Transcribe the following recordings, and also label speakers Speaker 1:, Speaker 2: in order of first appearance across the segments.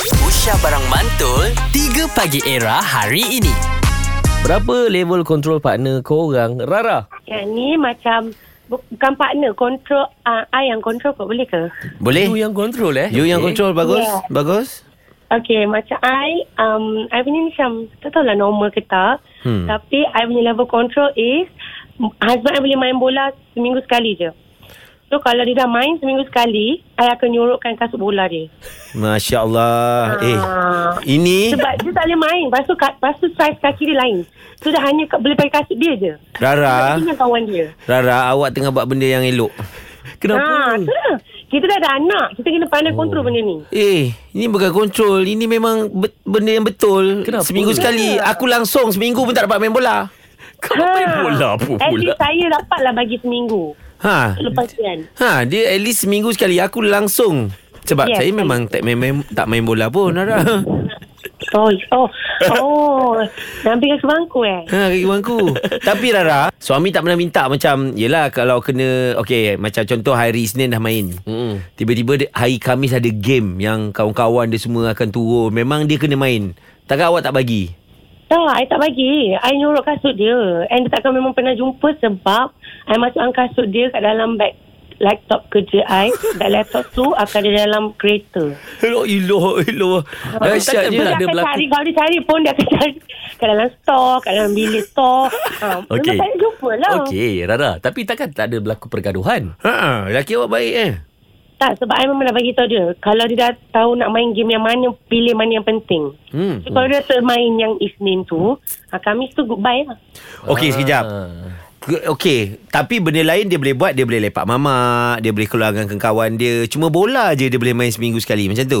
Speaker 1: Aisyah Barang Mantul 3 Pagi Era hari ini
Speaker 2: Berapa level control partner korang? Rara.
Speaker 3: Yang ni macam bu- bukan partner control uh, I yang control kot boleh
Speaker 2: Eh.
Speaker 3: ke?
Speaker 4: Boleh?
Speaker 2: You yang control eh?
Speaker 4: You yang control Oh, bagus?
Speaker 3: Yeah.
Speaker 4: Bagus?
Speaker 3: Okay macam I um, I punya ni macam tak tahulah normal ke tak hmm. tapi I punya level control is m- husband I boleh main bola seminggu sekali je. So kalau dia dah main seminggu sekali I akan nyurutkan kasut bola dia.
Speaker 4: Masya Allah. Eh,
Speaker 3: Ah.
Speaker 4: ini
Speaker 3: Sebab dia tak boleh main Lepas tu, ka- lepas tu saiz kaki dia lain So dia hanya ka- boleh pakai kasut dia je
Speaker 4: Rara,
Speaker 3: Dia dengan kawan dia
Speaker 4: Rara awak tengah buat benda yang elok.
Speaker 2: Kenapa?
Speaker 3: ha, tu lah. Kita dah ada anak Kita kena pandai oh. kontrol benda ni
Speaker 4: Eh, ini bukan kontrol. Ini memang be- benda yang betul.
Speaker 2: Kenapa?
Speaker 4: Seminggu sekali. Aku langsung seminggu pun tak dapat main bola.
Speaker 2: Kau main bola apa
Speaker 3: Ah, At
Speaker 2: pula?
Speaker 3: least saya dapatlah bagi seminggu
Speaker 4: Ha.
Speaker 3: Lepas kan
Speaker 4: Ha, dia at least seminggu sekali aku langsung sebab
Speaker 3: Yes,
Speaker 4: yes, saya memang tak main, main tak main bola pun Rara.
Speaker 3: Oh Oh Oh Nampi kat sebangku eh
Speaker 4: Ha, kaki bangku. Tapi Rara, suami tak pernah minta macam, yelah kalau kena, okay, macam contoh hari Isnin dah main.
Speaker 2: Mm-mm.
Speaker 4: Tiba-tiba dia- hari Kamis ada game yang kawan-kawan dia semua akan turun. Memang dia kena main. Takkan awak tak bagi?
Speaker 3: Tak I tak bagi I nyurut kasut dia And dia takkan memang pernah jumpa Sebab I masukkan kasut dia Kat dalam bag Laptop kerja I Dan laptop tu Akan ada dalam kereta
Speaker 4: Hello, iloh, iloh.
Speaker 2: Dahsyatnya
Speaker 3: lah
Speaker 2: ada
Speaker 3: Dia akan
Speaker 2: lah berlaku.
Speaker 3: cari Kalau dia cari pun Dia akan cari Kat dalam store Kat dalam bilik store ha,
Speaker 2: Okey.
Speaker 3: Memang tak jumpa lah
Speaker 2: Okey, Rara. Tapi takkan tak ada berlaku pergaduhan?
Speaker 4: Ha, laki awak baik eh.
Speaker 3: Tak sebab I memang dah bagi tahu dia Kalau dia dah tahu nak main game yang mana Pilih mana yang penting
Speaker 4: Hmm.
Speaker 3: So, kalau dia termain yang Isnin tu ha, Kamis tu goodbye lah
Speaker 2: Ah.
Speaker 4: Okey, sekejap. Ke- Okey, tapi benda lain dia boleh buat, dia boleh lepak mamak, dia boleh keluar dengan kawan dia. Cuma bola je dia boleh main seminggu sekali macam tu.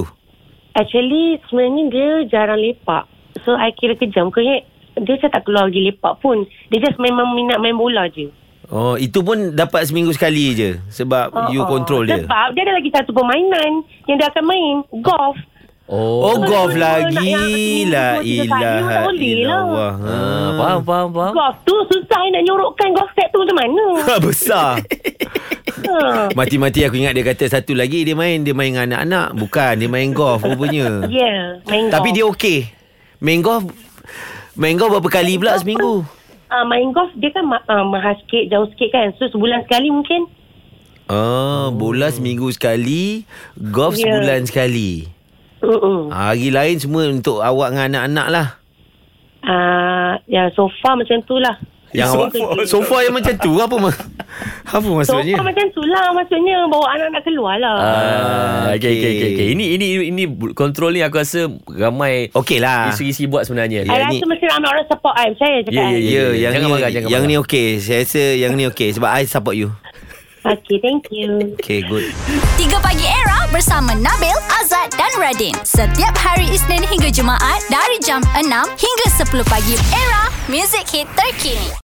Speaker 3: Actually sebenarnya dia jarang lepak So I kira kejam ke eh? Dia macam tak keluar pergi lepak pun Dia just memang minat main bola je
Speaker 4: Oh, itu pun dapat seminggu sekali je sebab uh, you
Speaker 3: Ha, ha.
Speaker 4: control dia.
Speaker 3: Sebab dia ada lagi satu permainan Yang dia akan main Golf
Speaker 2: Oh.
Speaker 4: Oh,
Speaker 2: oh.
Speaker 3: Kalau
Speaker 4: golf
Speaker 3: dua-dua nak
Speaker 4: lagi.
Speaker 3: yang seminggu
Speaker 4: La
Speaker 3: dua, tiga kali pun tak
Speaker 4: ilaha
Speaker 3: boleh lah.
Speaker 4: illallah. Ah,
Speaker 2: Ha, faham, faham, faham.
Speaker 3: Golf tu susah nak nyorokkan golf set tu macam mana
Speaker 4: Ha, besar.
Speaker 3: ha.
Speaker 4: Mati-mati aku ingat dia kata satu lagi dia main dia main dengan anak-anak. Bukan, dia main golf rupanya.
Speaker 3: Yeah main
Speaker 4: Tapi
Speaker 3: Ya,
Speaker 4: dia
Speaker 3: golf.
Speaker 4: okey. Main golf main golf berapa kali pula seminggu?
Speaker 3: uh, main golf dia kan ma- uh, mahal sikit, jauh sikit kan. So sebulan sekali mungkin.
Speaker 4: Ah, bola seminggu sekali, golf
Speaker 3: Oh. Ya.
Speaker 4: sebulan sekali. Ah,
Speaker 3: Mm-mm.
Speaker 4: Hari lain semua untuk awak dengan anak-anak lah.
Speaker 3: Uh, ya so far macam tu lah.
Speaker 4: Yang
Speaker 3: So
Speaker 4: awak
Speaker 3: far-
Speaker 4: sofa yang macam tu apa ma- apa
Speaker 3: So
Speaker 4: maksudnya?
Speaker 3: far macam tu lah maksudnya bawa anak-anak keluar lah.
Speaker 2: Ah, okey okey okey okey. Ini ini ini kontrol ni aku rasa ramai
Speaker 4: Okey lah.
Speaker 2: isi-isi buat sebenarnya.
Speaker 3: I
Speaker 4: Ya,
Speaker 3: rasa
Speaker 4: ni-
Speaker 3: mesti ramai orang support I. Percaya cakap
Speaker 2: Ya,
Speaker 3: I.
Speaker 2: ya,
Speaker 4: Ya, yang
Speaker 2: Jangan
Speaker 4: ni
Speaker 2: marah, jangan
Speaker 4: yang
Speaker 2: marah.
Speaker 4: ni okey. Saya rasa yang ni okey sebab I support you.
Speaker 3: Okay, thank you.
Speaker 4: Okay, good.
Speaker 5: 3 Pagi Era bersama Nabil, Azad dan Radin. Setiap hari Isnin hingga Jumaat dari jam 6 hingga 10 pagi. Era, music hit terkini.